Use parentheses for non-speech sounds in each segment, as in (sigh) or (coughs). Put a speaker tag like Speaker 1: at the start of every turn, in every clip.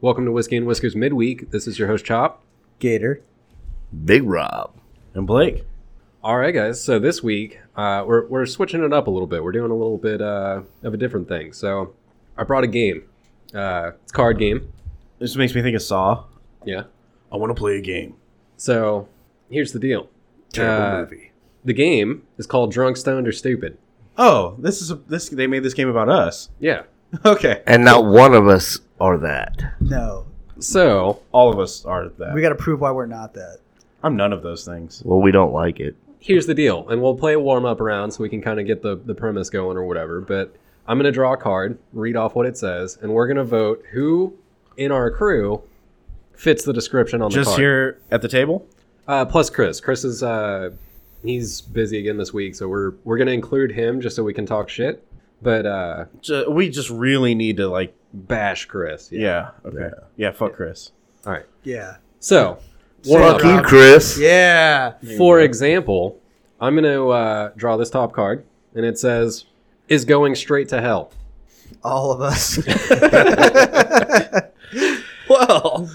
Speaker 1: Welcome to Whiskey and Whiskers Midweek. This is your host, Chop.
Speaker 2: Gator.
Speaker 3: Big Rob.
Speaker 2: And Blake.
Speaker 1: All right, guys. So this week, uh, we're, we're switching it up a little bit. We're doing a little bit uh, of a different thing. So I brought a game. Uh, it's a card game.
Speaker 2: This makes me think of Saw.
Speaker 1: Yeah.
Speaker 3: I want to play a game.
Speaker 1: So here's the deal
Speaker 3: Terrible
Speaker 1: Uh,
Speaker 3: movie.
Speaker 1: the game is called Drunk, Stoned, or Stupid.
Speaker 2: Oh, this is a, this. They made this game about us. (laughs)
Speaker 1: Yeah.
Speaker 2: Okay.
Speaker 3: And not one of us are that.
Speaker 4: No,
Speaker 1: So
Speaker 2: All of us are that.
Speaker 4: we got to prove why we're not that.
Speaker 2: I'm none of those things.
Speaker 3: Well, we don't like it.
Speaker 1: here's the deal, and we'll play a warm up round so we can kind of get the, the premise going or whatever. But I'm going to draw a card, read off what it says, and we're going to vote who in our crew fits the description on the
Speaker 2: Just
Speaker 1: card.
Speaker 2: here at the table.
Speaker 1: Uh, plus Chris. Chris is uh, he's busy again this week, so we're we're gonna include him just so we can talk shit. But uh,
Speaker 2: Ju- we just really need to like.
Speaker 1: bash Chris.
Speaker 2: Yeah. okay. Yeah. fuck Chris.
Speaker 1: All right.
Speaker 4: Yeah,
Speaker 1: So
Speaker 4: Fuck
Speaker 3: Fuck
Speaker 4: you,
Speaker 3: you, Chris.
Speaker 4: yeah.
Speaker 1: for example, I'm gonna uh, draw this top card, and it says is going straight to hell.
Speaker 4: All of us. (laughs)
Speaker 2: Well,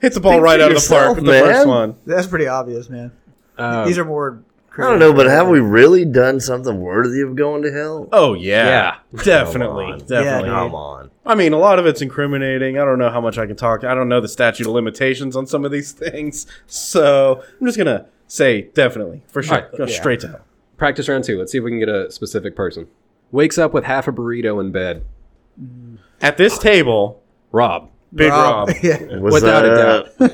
Speaker 2: hit the ball
Speaker 3: Think
Speaker 2: right
Speaker 3: for
Speaker 2: out of the
Speaker 3: yourself,
Speaker 2: park with the
Speaker 3: man.
Speaker 2: first one.
Speaker 4: That's pretty obvious, man.
Speaker 1: Um,
Speaker 4: These are more.
Speaker 3: I don't know, but have we really done something worthy of going to hell?
Speaker 2: Oh yeah,
Speaker 3: Come
Speaker 2: definitely,
Speaker 3: on.
Speaker 2: definitely.
Speaker 4: Yeah,
Speaker 3: Come on.
Speaker 2: I mean, a lot of it's incriminating. I don't know how much I can talk. I don't know the statute of limitations on some of these (laughs) things, so I'm just gonna say definitely for sure.
Speaker 1: All right.
Speaker 2: Go
Speaker 4: Yeah.
Speaker 2: straight to hell.
Speaker 1: practice round two. Let's see if we can get a specific person. Wakes up with half a burrito in bed.
Speaker 2: At this table,
Speaker 1: Rob.
Speaker 2: Big Rob,
Speaker 4: Oh, (laughs) yeah.
Speaker 3: What's
Speaker 1: Without a doubt.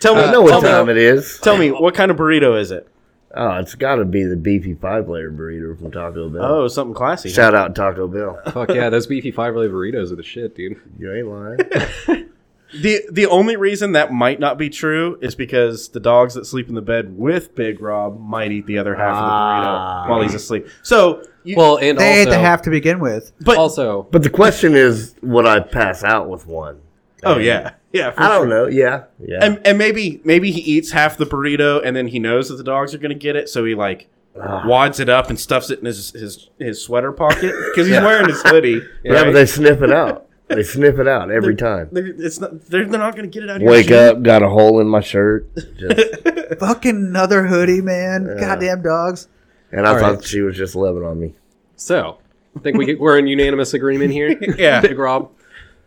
Speaker 2: tell me,
Speaker 3: I know what
Speaker 2: tell me-
Speaker 3: time it is.
Speaker 2: Tell me what kind of burrito is it?
Speaker 3: Oh, it's got to be the beefy five layer burrito from Taco Bell.
Speaker 2: Oh, something classy. huh?
Speaker 3: Shout out Taco Bell.
Speaker 1: Fuck yeah, those (laughs) beefy five layer burritos are the shit, dude.
Speaker 3: You ain't lying. (laughs)
Speaker 2: The the only reason that might not be true is because the dogs that sleep in the bed with Big Rob might eat the other half of the burrito
Speaker 3: Ah.
Speaker 2: while he's asleep. So, you,
Speaker 1: Well, and
Speaker 4: They ate
Speaker 1: also
Speaker 4: the half to begin with.
Speaker 2: but
Speaker 1: also
Speaker 3: But the question is, would I pass out with one?
Speaker 2: oh yeah, yeah. for
Speaker 3: I don't
Speaker 2: sure.
Speaker 3: know. Yeah, yeah.
Speaker 2: And and maybe maybe he eats half the burrito and then he knows that the dogs are gonna get it, so he like wads it up and stuffs it in his his, his sweater pocket because he's wearing his hoodie.
Speaker 3: (laughs) yeah, but they sniff it out. They sniff it out every time.
Speaker 2: They're, it's not. They're, they're not gonna get it out. of your
Speaker 3: Wake
Speaker 2: shoe.
Speaker 3: up, got a hole in my shirt, just,
Speaker 4: Fucking another hoodie, man. Goddamn dogs.
Speaker 3: and I
Speaker 1: All
Speaker 3: thought
Speaker 1: right.
Speaker 3: she was just loving on me.
Speaker 1: So, I think we get, we're in unanimous agreement here.
Speaker 2: (laughs) Yeah.
Speaker 1: Big Rob.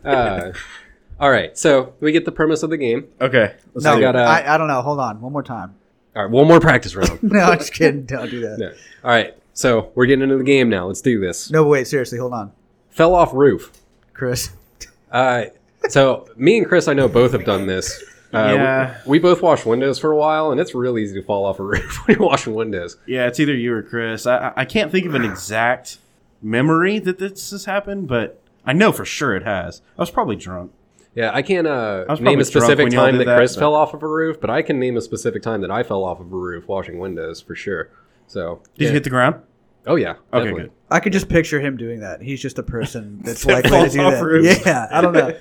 Speaker 1: Uh, all right, so we get the premise of the game.
Speaker 2: Okay. let's
Speaker 4: No,
Speaker 2: do it.
Speaker 1: gotta-
Speaker 4: I, I don't know. Hold on, one more time. (laughs)
Speaker 1: All right, one more practice
Speaker 2: (laughs)
Speaker 1: round.
Speaker 4: No, I'm just kidding. Don't do that.
Speaker 1: No. All right, so we're getting into the game now. Let's do this.
Speaker 4: No, but wait. Seriously, hold on,
Speaker 1: Fell off roof.
Speaker 4: Chris.
Speaker 1: Uh, so me and Chris, I know both have done this. Uh,
Speaker 2: Yeah.
Speaker 1: we, we both washed windows for a while, and it's real easy to fall off a (laughs) roof when you're washing windows.
Speaker 2: Yeah, it's either you or Chris. I I- I can't think of an exact memory that this has happened, but I know for sure it has. I was probably drunk.
Speaker 1: Yeah, I can't uh,
Speaker 2: was
Speaker 1: name
Speaker 2: probably
Speaker 1: a specific
Speaker 2: drunk when y'all
Speaker 1: time
Speaker 2: did
Speaker 1: that,
Speaker 2: that,
Speaker 1: Chris
Speaker 2: but-
Speaker 1: fell off of a roof, but I can name a specific time that I fell off of a roof washing windows for sure. So
Speaker 2: Did
Speaker 1: yeah.
Speaker 2: you hit the ground?
Speaker 1: Oh yeah,
Speaker 2: Okay,
Speaker 1: definitely.
Speaker 2: good.
Speaker 4: I could just picture him doing that. He's just a person that's
Speaker 2: That
Speaker 4: likely to
Speaker 2: falls
Speaker 4: do
Speaker 2: off
Speaker 4: that.
Speaker 2: roofs.
Speaker 4: Yeah, I don't know.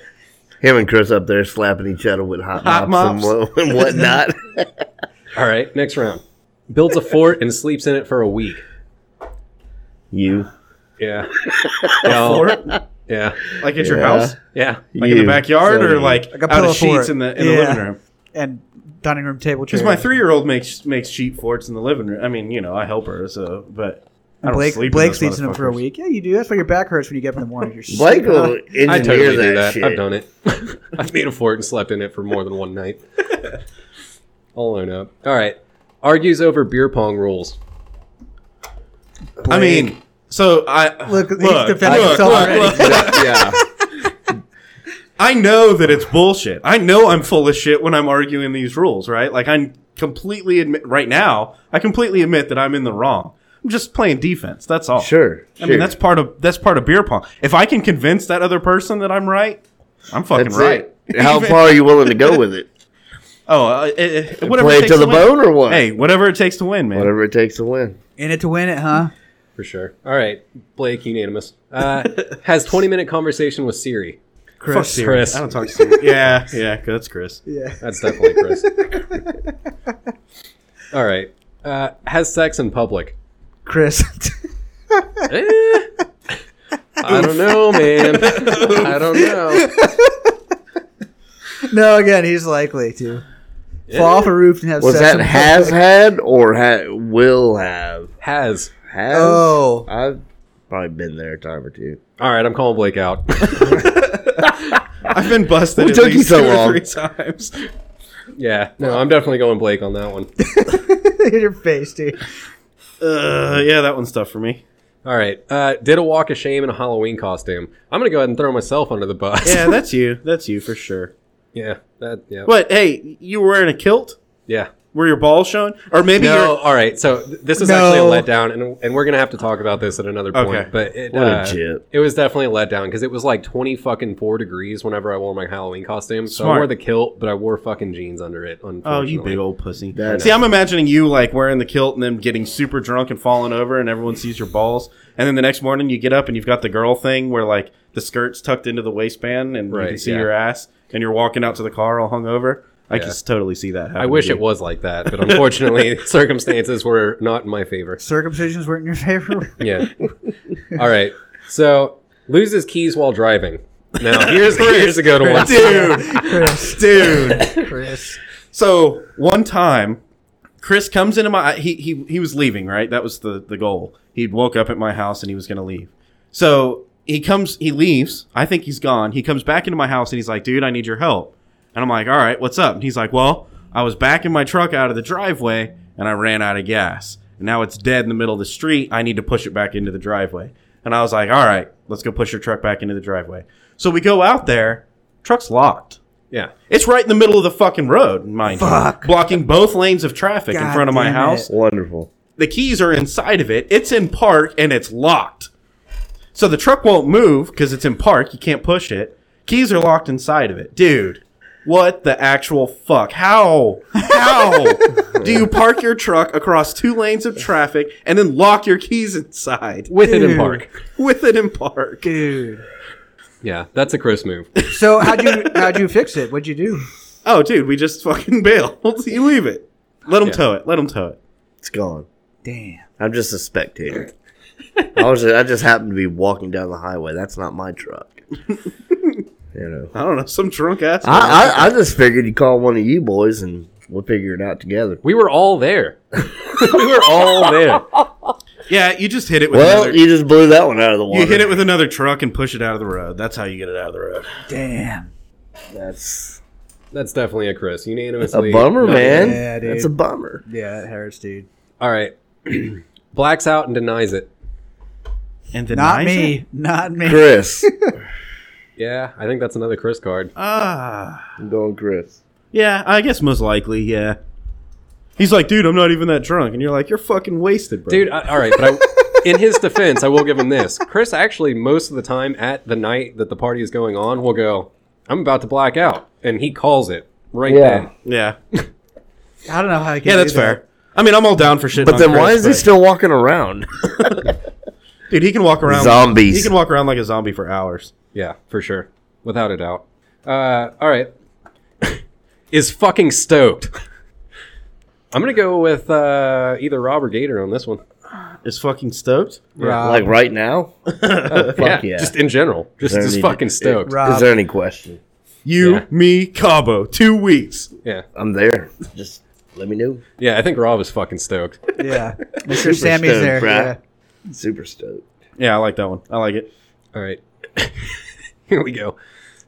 Speaker 3: Him and Chris up there slapping each other with hot,
Speaker 2: Hot
Speaker 3: mops,
Speaker 2: mops.
Speaker 3: (laughs) And, what, and whatnot.
Speaker 1: All right, next round. Builds a fort and sleeps in it for a week.
Speaker 3: you, (laughs)
Speaker 1: Yeah. Well,
Speaker 4: (laughs)
Speaker 2: Fort?
Speaker 1: Yeah.
Speaker 2: Like at your
Speaker 3: Yeah.
Speaker 2: house?
Speaker 1: Yeah.
Speaker 2: (laughs) Like in
Speaker 3: You.
Speaker 2: the backyard
Speaker 3: So
Speaker 2: or
Speaker 3: you.
Speaker 2: like,
Speaker 4: Like a
Speaker 2: out
Speaker 4: pillow
Speaker 2: of sheets
Speaker 4: fort.
Speaker 2: in the in
Speaker 4: Yeah.
Speaker 2: the living room?
Speaker 4: And dining room table chair.
Speaker 2: Because my three year old makes makes sheet forts in the living room. I mean, you know, I help her, so but I don't
Speaker 4: Blake,
Speaker 2: sleep in
Speaker 4: Blake
Speaker 2: those
Speaker 4: sleeps in them for a
Speaker 2: motherfuckers.
Speaker 4: week. Yeah, you do. That's why your back hurts when you get up in the morning. You're
Speaker 3: (laughs) Blake
Speaker 2: (laughs)
Speaker 4: sick.
Speaker 3: will engineer
Speaker 1: I totally
Speaker 3: that,
Speaker 1: do that.
Speaker 3: shit.
Speaker 1: I've done it. (laughs) I've made a fort and slept in it for more than one
Speaker 3: (laughs)
Speaker 1: night. I'll own up. All right. Argues over beer pong rules.
Speaker 2: I mean, so I
Speaker 4: Look, he's
Speaker 2: look,
Speaker 4: defending
Speaker 2: look,
Speaker 4: himself
Speaker 2: look,
Speaker 4: already.
Speaker 2: look. (laughs)
Speaker 1: yeah.
Speaker 2: I know that it's bullshit. I know I'm full of shit when I'm arguing these rules, right? Like I'm completely admit right now. I completely admit that I'm in the wrong. I'm just playing defense. That's all.
Speaker 3: (laughs) Sure,
Speaker 2: I mean,
Speaker 3: sure.
Speaker 2: that's part of that's part of beer pong. If I can convince that other person that I'm right, I'm fucking
Speaker 3: that's
Speaker 2: right.
Speaker 3: it. How far are you willing to go with it?
Speaker 2: Oh, uh, eh, eh, whatever
Speaker 3: Play
Speaker 2: it
Speaker 3: it
Speaker 2: takes
Speaker 3: to the
Speaker 2: win.
Speaker 3: bone or what?
Speaker 2: Hey, whatever it takes to win, man.
Speaker 3: Whatever it takes to win.
Speaker 4: in it to win it, huh?
Speaker 1: For sure. All right. Blake, unanimous.
Speaker 3: (laughs)
Speaker 1: Uh, has 20 minute conversation with Siri.
Speaker 2: Chris. Siri.
Speaker 1: Chris.
Speaker 2: I don't talk to Siri. yeah, yeah, that's Chris.
Speaker 4: Yeah.
Speaker 1: That's definitely
Speaker 3: (laughs)
Speaker 1: Chris. All right. Uh, has sex in
Speaker 3: (laughs)
Speaker 1: public.
Speaker 4: Chris. (laughs)
Speaker 3: (laughs)
Speaker 1: Eh. I don't know, man. I don't know.
Speaker 4: No, again, he's likely to fall off a roof and have
Speaker 3: Was
Speaker 4: sex
Speaker 3: that
Speaker 4: with-
Speaker 3: has had or ha- will have?
Speaker 1: Has.
Speaker 3: Has?
Speaker 4: Oh.
Speaker 3: I've probably been there a time or two.
Speaker 1: All right, I'm calling Blake
Speaker 2: (laughs)
Speaker 1: out.
Speaker 2: I've been busted
Speaker 3: What
Speaker 2: at
Speaker 3: took you
Speaker 2: least
Speaker 3: so
Speaker 2: two or
Speaker 3: long?
Speaker 2: three times.
Speaker 1: yeah, no, I'm definitely going Blake on that one.
Speaker 4: (laughs) in your face, dude.
Speaker 2: Uh, yeah, that one's tough for me.
Speaker 1: All right, uh, did a walk of shame in a Halloween costume. I'm gonna go ahead and throw myself under the bus.
Speaker 2: Yeah, that's you. That's you for sure.
Speaker 1: (laughs) yeah, that, yeah,
Speaker 2: But hey, you were wearing a kilt.
Speaker 1: yeah.
Speaker 2: Were your balls shown? Or maybe
Speaker 1: No,
Speaker 2: you're.
Speaker 1: all right. So th- this is
Speaker 4: No.
Speaker 1: actually a letdown, and and we're gonna have to talk about this at another point.
Speaker 2: Okay.
Speaker 1: But it,
Speaker 3: What a
Speaker 1: uh,
Speaker 3: jit.
Speaker 1: it was definitely a letdown because it was like twenty fucking four degrees whenever I wore my Halloween costume. So I
Speaker 2: Smart.
Speaker 1: wore the kilt, but I wore fucking jeans under it. Unfortunately.
Speaker 2: Oh, you big old pussy.
Speaker 3: That-
Speaker 2: See, I'm imagining you like wearing the kilt and then getting super drunk and falling over, and everyone sees your balls. And then the next morning, you get up and you've got the girl thing where like the skirt's tucked into the waistband and you
Speaker 1: Right,
Speaker 2: can see
Speaker 1: yeah.
Speaker 2: your ass, and you're walking out to the car all hungover. I
Speaker 1: Yeah.
Speaker 2: can just totally see that.
Speaker 1: I wish it was like that, but
Speaker 2: (laughs)
Speaker 1: unfortunately, (laughs) circumstances were not in my favor.
Speaker 4: Circumcisions weren't in your favor. (laughs)
Speaker 1: Yeah. All right. So loses keys while driving. Now here's here's a good one.
Speaker 2: dude,
Speaker 4: Chris.
Speaker 2: dude.
Speaker 4: Chris.
Speaker 2: So one time, Chris comes into my he he he was leaving right. That was the the goal. He woke up at my house and he was gonna leave. So he comes, he leaves. I think he's gone. He comes back into my house and he's like, "Dude, I need your help." And I'm like, "All right, what's up?" And he's like, "Well, I was backing my truck out of the driveway and I ran out of gas. And now it's dead in the middle of the street. I need to push it back into the driveway." And I was like, "All right, let's go push your truck back into the driveway." So we go out there. Truck's locked.
Speaker 1: Yeah.
Speaker 2: It's right in the middle of the fucking road, mind
Speaker 4: Fuck.
Speaker 2: you, blocking both lanes of traffic in
Speaker 4: God
Speaker 2: front of my
Speaker 4: damn
Speaker 2: house.
Speaker 3: Wonderful.
Speaker 2: The keys are inside of it. It's in park and it's locked. So the truck won't move because it's in park. You can't push it. Keys are locked inside of it. Dude, what the actual fuck? How? How do you park your truck across two lanes of traffic and then lock your keys inside
Speaker 1: With it in
Speaker 4: Dude.
Speaker 1: park.
Speaker 2: with it in park?
Speaker 4: Dude.
Speaker 1: Yeah, that's a Chris move.
Speaker 4: So how'd you how'd you fix it? What'd you do?
Speaker 2: Oh, dude, we just fucking (laughs) bail. you leave it. Let them tow it. Let them tow it.
Speaker 3: It's gone.
Speaker 4: Damn.
Speaker 3: I'm just a spectator. I was I just happened to be walking down the highway. That's not my (laughs) truck. you know.
Speaker 2: I don't know. Some drunk ass.
Speaker 3: I, I I just figured you'd call one of you boys and we'll figure it out together.
Speaker 1: We were all there. (laughs) we were all there.
Speaker 2: Yeah, you just hit it with
Speaker 3: Well,
Speaker 2: another. You,
Speaker 3: you just blew that one out of the water.
Speaker 2: hit it with another truck and push it out of the road. That's how you get it out of the road.
Speaker 4: Damn.
Speaker 3: That's
Speaker 1: That's definitely a Chris.
Speaker 3: a
Speaker 1: Unanimously.
Speaker 3: bummer,
Speaker 1: No.
Speaker 3: man.
Speaker 4: Yeah, dude.
Speaker 3: That's a bummer.
Speaker 4: Yeah, that hurts, dude.
Speaker 1: All right. (clears throat) Blacks out and denies it.
Speaker 2: And then
Speaker 4: Not me. Not me.
Speaker 3: Chris.
Speaker 1: Yeah, I think that's another Chris card.
Speaker 2: Ah,
Speaker 3: (laughs) I'm going Chris.
Speaker 2: yeah. I guess most likely, yeah. He's like, dude, I'm not even that drunk, and you're like, you're fucking wasted, bro.
Speaker 1: Dude, I, all right, but I, in his defense, I will give him this. Chris actually, most of the time at the night that the party is going on, will go, I'm about to black out. And he calls it right
Speaker 3: Yeah.
Speaker 1: then.
Speaker 2: (laughs) yeah,
Speaker 4: I don't know how I can
Speaker 2: yeah,
Speaker 4: do
Speaker 2: that's
Speaker 4: that.
Speaker 2: fair. I mean, I'm all down for shit.
Speaker 3: But then why is he still walking around?
Speaker 2: dude? He can walk around.
Speaker 3: Zombies.
Speaker 2: He can walk around like a zombie for hours.
Speaker 1: Yeah, for sure. Without a doubt. Uh, all right. (coughs) is fucking stoked. I'm going to go with uh, either Rob or Gator on this one.
Speaker 2: Is fucking stoked.
Speaker 4: Rob,
Speaker 3: like right now? Uh, (laughs) Fuck yeah.
Speaker 1: Just in general. Just,
Speaker 3: There
Speaker 1: just
Speaker 3: need-
Speaker 1: fucking stoked.
Speaker 4: Rob.
Speaker 3: Is there any question?
Speaker 2: You,
Speaker 1: Yeah.
Speaker 2: me, Cabo, two weeks.
Speaker 1: Yeah.
Speaker 3: I'm there. Just let me know.
Speaker 1: Yeah, I think Rob is fucking stoked.
Speaker 3: (laughs)
Speaker 4: Yeah. Mr. Sammy's
Speaker 3: stoked,
Speaker 4: there.
Speaker 3: bruh. Super stoked.
Speaker 2: Yeah, I like that one. I like it.
Speaker 1: All right. (laughs) Here we go.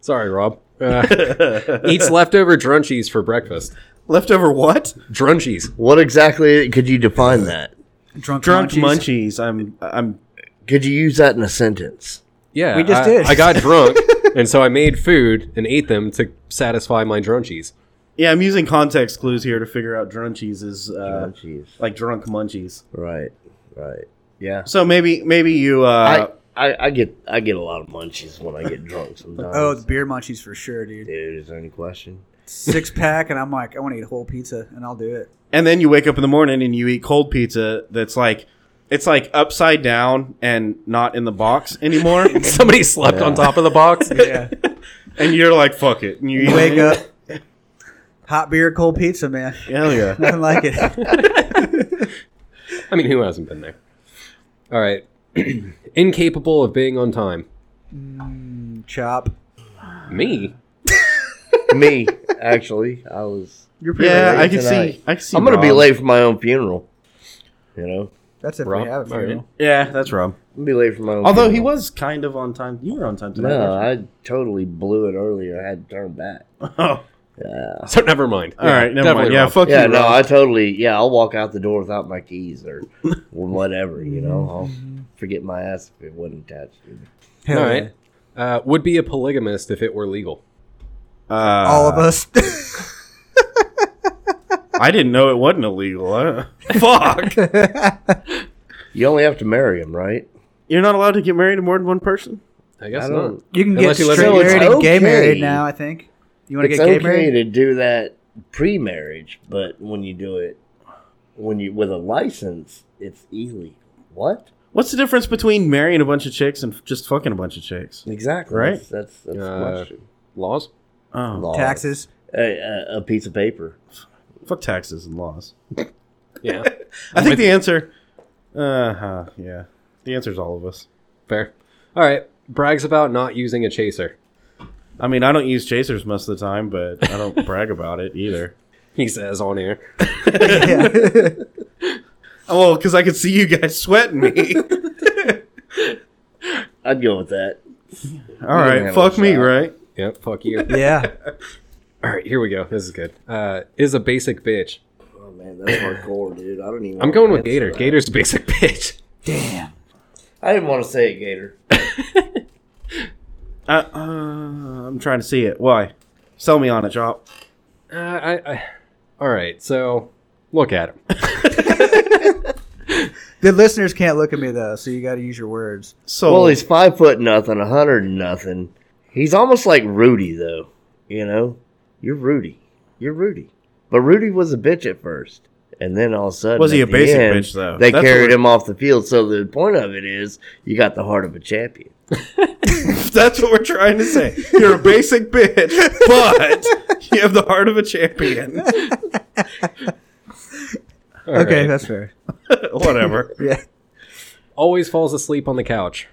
Speaker 1: Sorry, Rob. Uh, eats leftover drunchies for breakfast.
Speaker 2: Leftover what?
Speaker 1: Drunchies.
Speaker 3: What exactly could you define that?
Speaker 4: Yeah. Drunk,
Speaker 2: Drunk
Speaker 4: munchies.
Speaker 2: munchies. I'm. I'm.
Speaker 3: Could you use that in a sentence?
Speaker 1: Yeah.
Speaker 4: We just
Speaker 1: I,
Speaker 4: did.
Speaker 1: I got drunk, and so I made food and ate them to satisfy my drunchies.
Speaker 2: Yeah, I'm using context clues here to figure out drunchies is uh,
Speaker 3: Jeez.
Speaker 2: like drunk munchies.
Speaker 3: Right. Right. Yeah.
Speaker 2: So maybe maybe you uh,
Speaker 3: I, I, I get I get a lot of munchies when I get
Speaker 2: (laughs)
Speaker 3: drunk sometimes.
Speaker 4: Oh, the beer munchies for sure, dude.
Speaker 3: dude, is there any question?
Speaker 4: Six pack, and I'm like, I want to eat a whole pizza, and I'll do it.
Speaker 2: and then you wake up in the morning and you eat cold pizza that's like it's like upside down and not in the box
Speaker 3: (laughs)
Speaker 2: anymore.
Speaker 1: Somebody slept on top of the box.
Speaker 4: Yeah.
Speaker 2: and you're like fuck it. And you eat
Speaker 4: (laughs) Wake up. Hot beer, cold pizza, man.
Speaker 2: Hell yeah.
Speaker 4: (laughs) Nothing like it.
Speaker 1: I mean, who hasn't been there? All right. (clears throat) Incapable of being on time.
Speaker 4: Chop.
Speaker 1: Me?
Speaker 3: Me. Actually, I was.
Speaker 4: You're pretty
Speaker 2: yeah,
Speaker 4: late.
Speaker 2: I can
Speaker 3: tonight.
Speaker 2: see. I can see.
Speaker 3: I'm gonna be
Speaker 2: Rob.
Speaker 3: late for my own funeral. You know,
Speaker 4: That's if
Speaker 1: Rob,
Speaker 4: we have a
Speaker 1: all right.
Speaker 4: funeral.
Speaker 2: Yeah, that's Rob.
Speaker 3: I'll be late for my own.
Speaker 2: Although he
Speaker 3: funeral.
Speaker 2: was kind of on time. You were on time tonight.
Speaker 3: No, I totally blew it earlier. I had to turn back.
Speaker 2: weren't you? (laughs) Oh,
Speaker 1: (laughs)
Speaker 3: Yeah.
Speaker 1: So never mind.
Speaker 2: all right, never mind.
Speaker 1: definitely
Speaker 2: Yeah,
Speaker 1: Rob.
Speaker 2: fuck
Speaker 3: Yeah,
Speaker 2: you.
Speaker 3: no,
Speaker 2: Rob.
Speaker 3: I totally. Yeah, I'll walk out the door without my keys
Speaker 2: (laughs)
Speaker 3: or whatever. You know, I'll
Speaker 2: Mm-hmm.
Speaker 3: forget my ass if it wasn't attached. To me.
Speaker 1: All right. Uh, would be a polygamist if it were legal.
Speaker 2: Uh,
Speaker 4: All of us. (laughs)
Speaker 2: I didn't know it wasn't illegal. I- (laughs) fuck.
Speaker 3: (laughs) You only have to marry him, right?
Speaker 2: You're not allowed to get married to more than one person.
Speaker 1: I guess
Speaker 3: I
Speaker 1: not.
Speaker 3: don't.
Speaker 4: you can get
Speaker 1: Unless you live
Speaker 4: straight
Speaker 1: in-
Speaker 4: married and gay
Speaker 3: It's
Speaker 4: married
Speaker 3: okay.
Speaker 4: now. I think. You want to
Speaker 3: It's
Speaker 4: get gay
Speaker 3: okay
Speaker 4: married?
Speaker 3: to do that pre-marriage, but when you do it when you with a license, it's easily what
Speaker 2: What's the difference between marrying a bunch of chicks and just fucking a bunch of chicks?
Speaker 3: exactly?
Speaker 2: Right.
Speaker 3: That's that's, that's the
Speaker 1: Uh,
Speaker 3: question.
Speaker 1: Laws?
Speaker 2: Oh,
Speaker 3: Law.
Speaker 4: Taxes. (laughs)
Speaker 3: A, a, a piece of paper.
Speaker 2: fuck taxes and laws.
Speaker 1: Yeah.
Speaker 2: I think the answer. Uh huh. Yeah, the answer's all of us.
Speaker 1: Fair. All right. Brags about not using a chaser.
Speaker 2: I mean, I don't use chasers most of the time, but I
Speaker 3: (laughs)
Speaker 2: don't brag about it either.
Speaker 1: He says on air. (laughs)
Speaker 4: Yeah.
Speaker 2: Oh, well, because I could see you guys
Speaker 3: (laughs)
Speaker 2: sweating me.
Speaker 3: I'd go with that.
Speaker 2: All
Speaker 3: You
Speaker 2: right,
Speaker 3: didn't have
Speaker 2: fuck
Speaker 3: a
Speaker 2: me,
Speaker 3: shot.
Speaker 2: right?
Speaker 1: Yep. Fuck you.
Speaker 4: yeah.
Speaker 1: All right. Here we go. This is good. Uh, is a basic bitch.
Speaker 3: Oh man, that's hardcore, dude. I don't even.
Speaker 1: I'm
Speaker 3: wanna
Speaker 1: going with
Speaker 3: answer
Speaker 1: Gator.
Speaker 3: that.
Speaker 1: Gator's a basic (laughs) bitch.
Speaker 4: Damn.
Speaker 3: I didn't want to say it, Gator.
Speaker 2: I, uh, I'm trying to see it. Why? Sell me on it, Chop.
Speaker 1: Uh, I, I. All right. So look at him.
Speaker 4: The listeners can't look at me though, so you got to use your words.
Speaker 2: So,
Speaker 3: Well, he's five foot nothing, a hundred and nothing. He's almost like Rudy, though. You know, you're Rudy. You're Rudy. But Rudy was a bitch at first, and then all of a sudden,
Speaker 2: Was he
Speaker 3: at
Speaker 2: a
Speaker 3: the
Speaker 2: basic
Speaker 3: end,
Speaker 2: bitch, though?
Speaker 3: They
Speaker 2: That's
Speaker 3: carried
Speaker 2: what-
Speaker 3: him off the field. So the point of it is, you got the heart of a champion.
Speaker 2: (laughs) that's what we're trying to say. You're a
Speaker 3: (laughs)
Speaker 2: basic bitch, but you have the heart of a champion. (laughs)
Speaker 1: All
Speaker 4: okay,
Speaker 1: right.
Speaker 4: that's fair.
Speaker 2: Whatever.
Speaker 4: Yeah.
Speaker 1: Always falls asleep on the couch.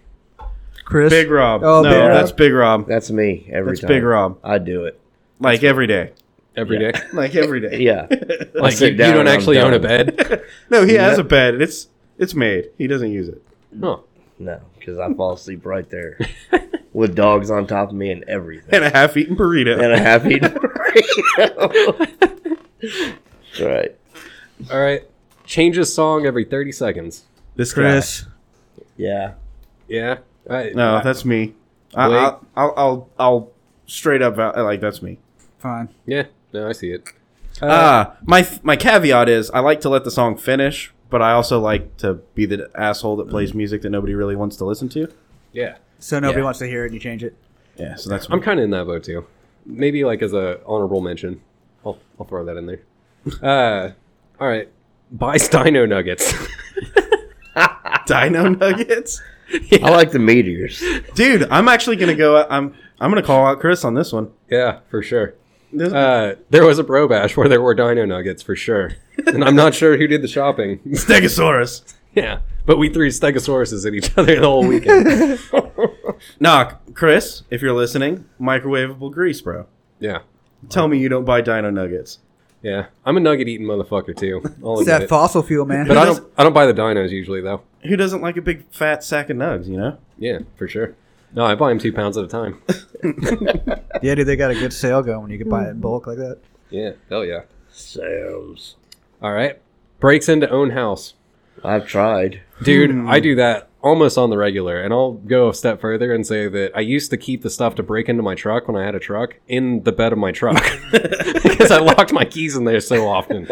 Speaker 4: Chris.
Speaker 2: Big Rob.
Speaker 4: Oh,
Speaker 2: no,
Speaker 4: Big Rob.
Speaker 2: that's Big Rob.
Speaker 3: That's me every
Speaker 2: That's
Speaker 3: time.
Speaker 2: Big Rob.
Speaker 3: I do it.
Speaker 2: Like every day.
Speaker 1: every day.
Speaker 2: Like every day.
Speaker 3: Yeah. (laughs)
Speaker 1: Like you,
Speaker 3: sit
Speaker 1: you
Speaker 3: down
Speaker 1: don't
Speaker 3: and I'm
Speaker 1: actually own a
Speaker 3: done. (laughs)
Speaker 1: bed.
Speaker 2: (laughs) No, he has a bed. It's it's made. He doesn't use it.
Speaker 1: No.
Speaker 3: no, because I fall asleep right
Speaker 2: (laughs)
Speaker 3: there with dogs on top of me and everything.
Speaker 2: And a half-eaten burrito.
Speaker 3: and a half
Speaker 2: (laughs)
Speaker 3: eaten burrito. (laughs) That's right.
Speaker 1: All right. Changes song every 30 seconds.
Speaker 2: this guy.
Speaker 4: Chris.
Speaker 3: Yeah.
Speaker 1: Yeah. I,
Speaker 2: No,
Speaker 1: I-
Speaker 2: that's me. I,
Speaker 1: Blake?
Speaker 2: I'll, I'll I'll I'll straight up out, like that's me.
Speaker 4: Fine.
Speaker 1: yeah. No, I see it.
Speaker 4: Uh,
Speaker 2: Ah, my my caveat is I like to let the song finish, but I also like to be the asshole that plays music that nobody really wants to listen to.
Speaker 1: Yeah.
Speaker 4: So nobody
Speaker 1: Yeah.
Speaker 4: wants to hear it, and you change it.
Speaker 2: Yeah, so that's
Speaker 1: I'm kind of in that boat too. Maybe like as a honorable mention. I'll, I'll throw that in there. (laughs) Uh, all right. Buy (laughs) Dino Nuggets.
Speaker 2: Dino Nuggets,
Speaker 3: I like the meteors.
Speaker 2: dude. I'm actually gonna go. out- I'm I'm gonna call out Chris on this one.
Speaker 1: yeah, for sure.
Speaker 2: This-
Speaker 1: Uh, there was a bro bash where there were Dino Nuggets for sure, and I'm not sure who did the shopping. (laughs)
Speaker 2: Stegosaurus.
Speaker 1: yeah, but we threw Stegosauruses at each (laughs) other the whole weekend. (laughs)
Speaker 2: Nah, Chris, if you're listening, microwavable grease, bro.
Speaker 1: yeah,
Speaker 2: Tell me you don't buy Dino Nuggets.
Speaker 1: yeah. I'm a nugget eating motherfucker too. I'll
Speaker 4: It's
Speaker 1: admit
Speaker 4: that
Speaker 1: it.
Speaker 4: fossil fuel, man. (laughs)
Speaker 1: But I don't. I don't buy the dinos usually though.
Speaker 2: Who doesn't like a big fat sack of nugs?
Speaker 1: (laughs)
Speaker 2: You know.
Speaker 1: Yeah, for sure. No, I buy them two pounds at a time.
Speaker 4: yeah, dude, they got a good sale going. when You can buy it
Speaker 2: Mm-hmm.
Speaker 4: in bulk like that.
Speaker 1: Yeah, hell yeah.
Speaker 3: Sam's.
Speaker 1: All right. Breaks into own house.
Speaker 3: I've tried.
Speaker 1: Dude, I do that almost on the regular. And I'll go a step further and say that I used to keep the stuff to break into my truck when I had a truck in the bed of my truck because I locked my keys in there so often.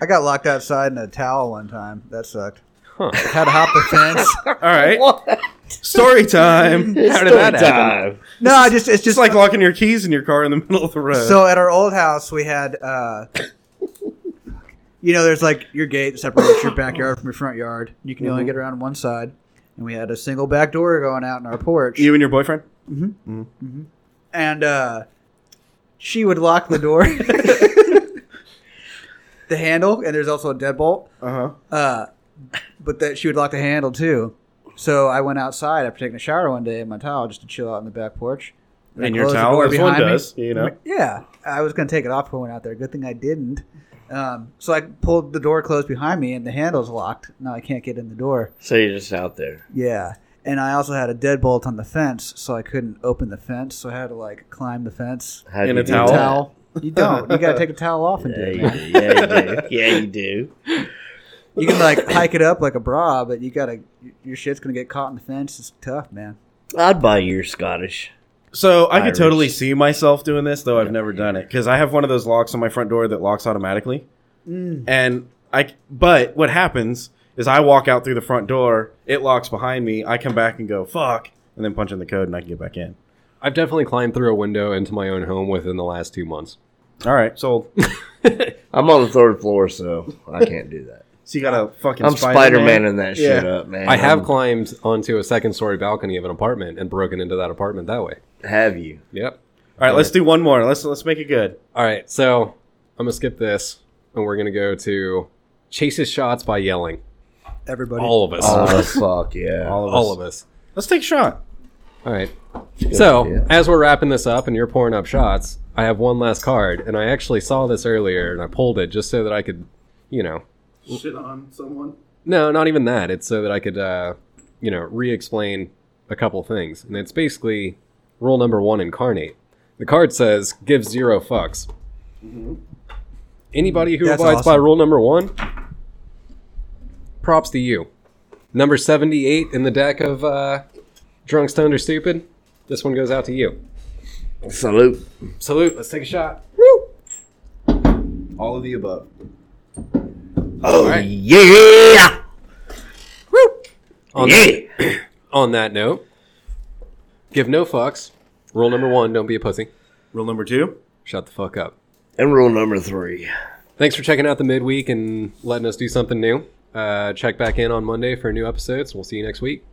Speaker 4: I got locked outside in a towel one time. That sucked.
Speaker 1: Huh.
Speaker 4: Had to hop the fence.
Speaker 2: (laughs) All right. Story time.
Speaker 3: It's
Speaker 1: How did
Speaker 3: story
Speaker 1: that happen?
Speaker 3: time.
Speaker 4: No, I just it's
Speaker 2: Just
Speaker 4: just
Speaker 2: like locking your keys in your car in the middle of the road.
Speaker 4: so at our old house we had uh you know there's like your gate that separates your backyard from your front yard. You can
Speaker 2: Mm-hmm.
Speaker 4: only get around one side. And we had a single back door going out in our porch.
Speaker 2: you and your boyfriend.
Speaker 4: and uh, she would lock
Speaker 2: (laughs)
Speaker 4: the door, (laughs) the handle, and there's also a deadbolt.
Speaker 2: Uh huh.
Speaker 4: Uh, but that she would lock the handle too. So I went outside after taking a shower one day in my towel just to chill out on the back porch. I
Speaker 2: And your
Speaker 4: closed the
Speaker 2: towel,
Speaker 4: door
Speaker 2: as one
Speaker 4: behind me.
Speaker 2: does, you know.
Speaker 4: Yeah, I was going to take it off when I went out there. Good thing I didn't. Um, so I pulled the door closed behind me, and the handle's locked. Now I can't get in the door.
Speaker 3: So you're just out there.
Speaker 4: Yeah. And I also had a deadbolt on the fence, so I couldn't open the fence. So I had to like climb the fence.
Speaker 3: How'd
Speaker 2: In
Speaker 3: you
Speaker 2: a
Speaker 3: do
Speaker 2: towel?
Speaker 3: that?
Speaker 4: Towel. You don't. You got to take a towel off and do
Speaker 3: Yeah,
Speaker 4: it.
Speaker 3: you
Speaker 4: man.
Speaker 3: do. Yeah, you do. (laughs) Yeah, you do.
Speaker 4: You can like hike it up like a bra, but you gotta your shit's gonna get caught in the fence. It's tough, man.
Speaker 3: I'd buy your Scottish.
Speaker 2: So I could
Speaker 3: Irish.
Speaker 2: totally see myself doing this, though I've never done it because I have one of those locks on my front door that locks automatically. And I, c- but what happens is I walk out through the front door, it locks behind me. I come back and go fuck, and then punch in the code and I can get back in.
Speaker 1: I've definitely climbed through a window into my own home within the last two months.
Speaker 2: All right, sold.
Speaker 3: I'm on the third floor, so I can't do that.
Speaker 2: So you got a fucking
Speaker 3: I'm Spider Man in that shit
Speaker 2: Yeah.
Speaker 3: up, man.
Speaker 1: I have
Speaker 3: I'm-
Speaker 1: climbed onto a second story balcony of an apartment and broken into that apartment that way.
Speaker 3: have you?
Speaker 1: Yep.
Speaker 2: All right, let's do one more. Let's let's make it good.
Speaker 1: All right, so I'm gonna skip this, and we're gonna go to chases shots by yelling.
Speaker 4: Everybody.
Speaker 1: All of us.
Speaker 3: Oh fuck yeah!
Speaker 2: All of us.
Speaker 1: All of us.
Speaker 2: Let's take a shot.
Speaker 1: All right. So
Speaker 3: Yeah.
Speaker 1: as we're wrapping this up, and you're pouring up shots, I have one last card, and I actually saw this earlier, and I pulled it just so that I could, you know,
Speaker 2: Shit on someone.
Speaker 1: No, not even that. It's so that I could, uh, you know, re-explain a couple things, and it's basically rule number one: incarnate. The card says, "Give zero fucks."
Speaker 2: Mm-hmm.
Speaker 1: Anybody who
Speaker 4: That's
Speaker 1: abides by
Speaker 4: awesome.
Speaker 1: rule number one, props to you. Number seventy-eight in the deck of uh, drunk, stoned, or stupid. This one goes out to you.
Speaker 3: Salute.
Speaker 1: Salute. Let's take a shot.
Speaker 2: All of the above.
Speaker 3: Oh
Speaker 1: right.
Speaker 3: yeah!
Speaker 1: On
Speaker 3: yeah!
Speaker 1: on that note, give no fucks. Rule number one: don't be a pussy.
Speaker 2: Rule number two.
Speaker 1: Shut the fuck up.
Speaker 3: And rule number three.
Speaker 1: Thanks for checking out the midweek and letting us do something new. Uh, check back in on Monday for new episodes. We'll see you next week.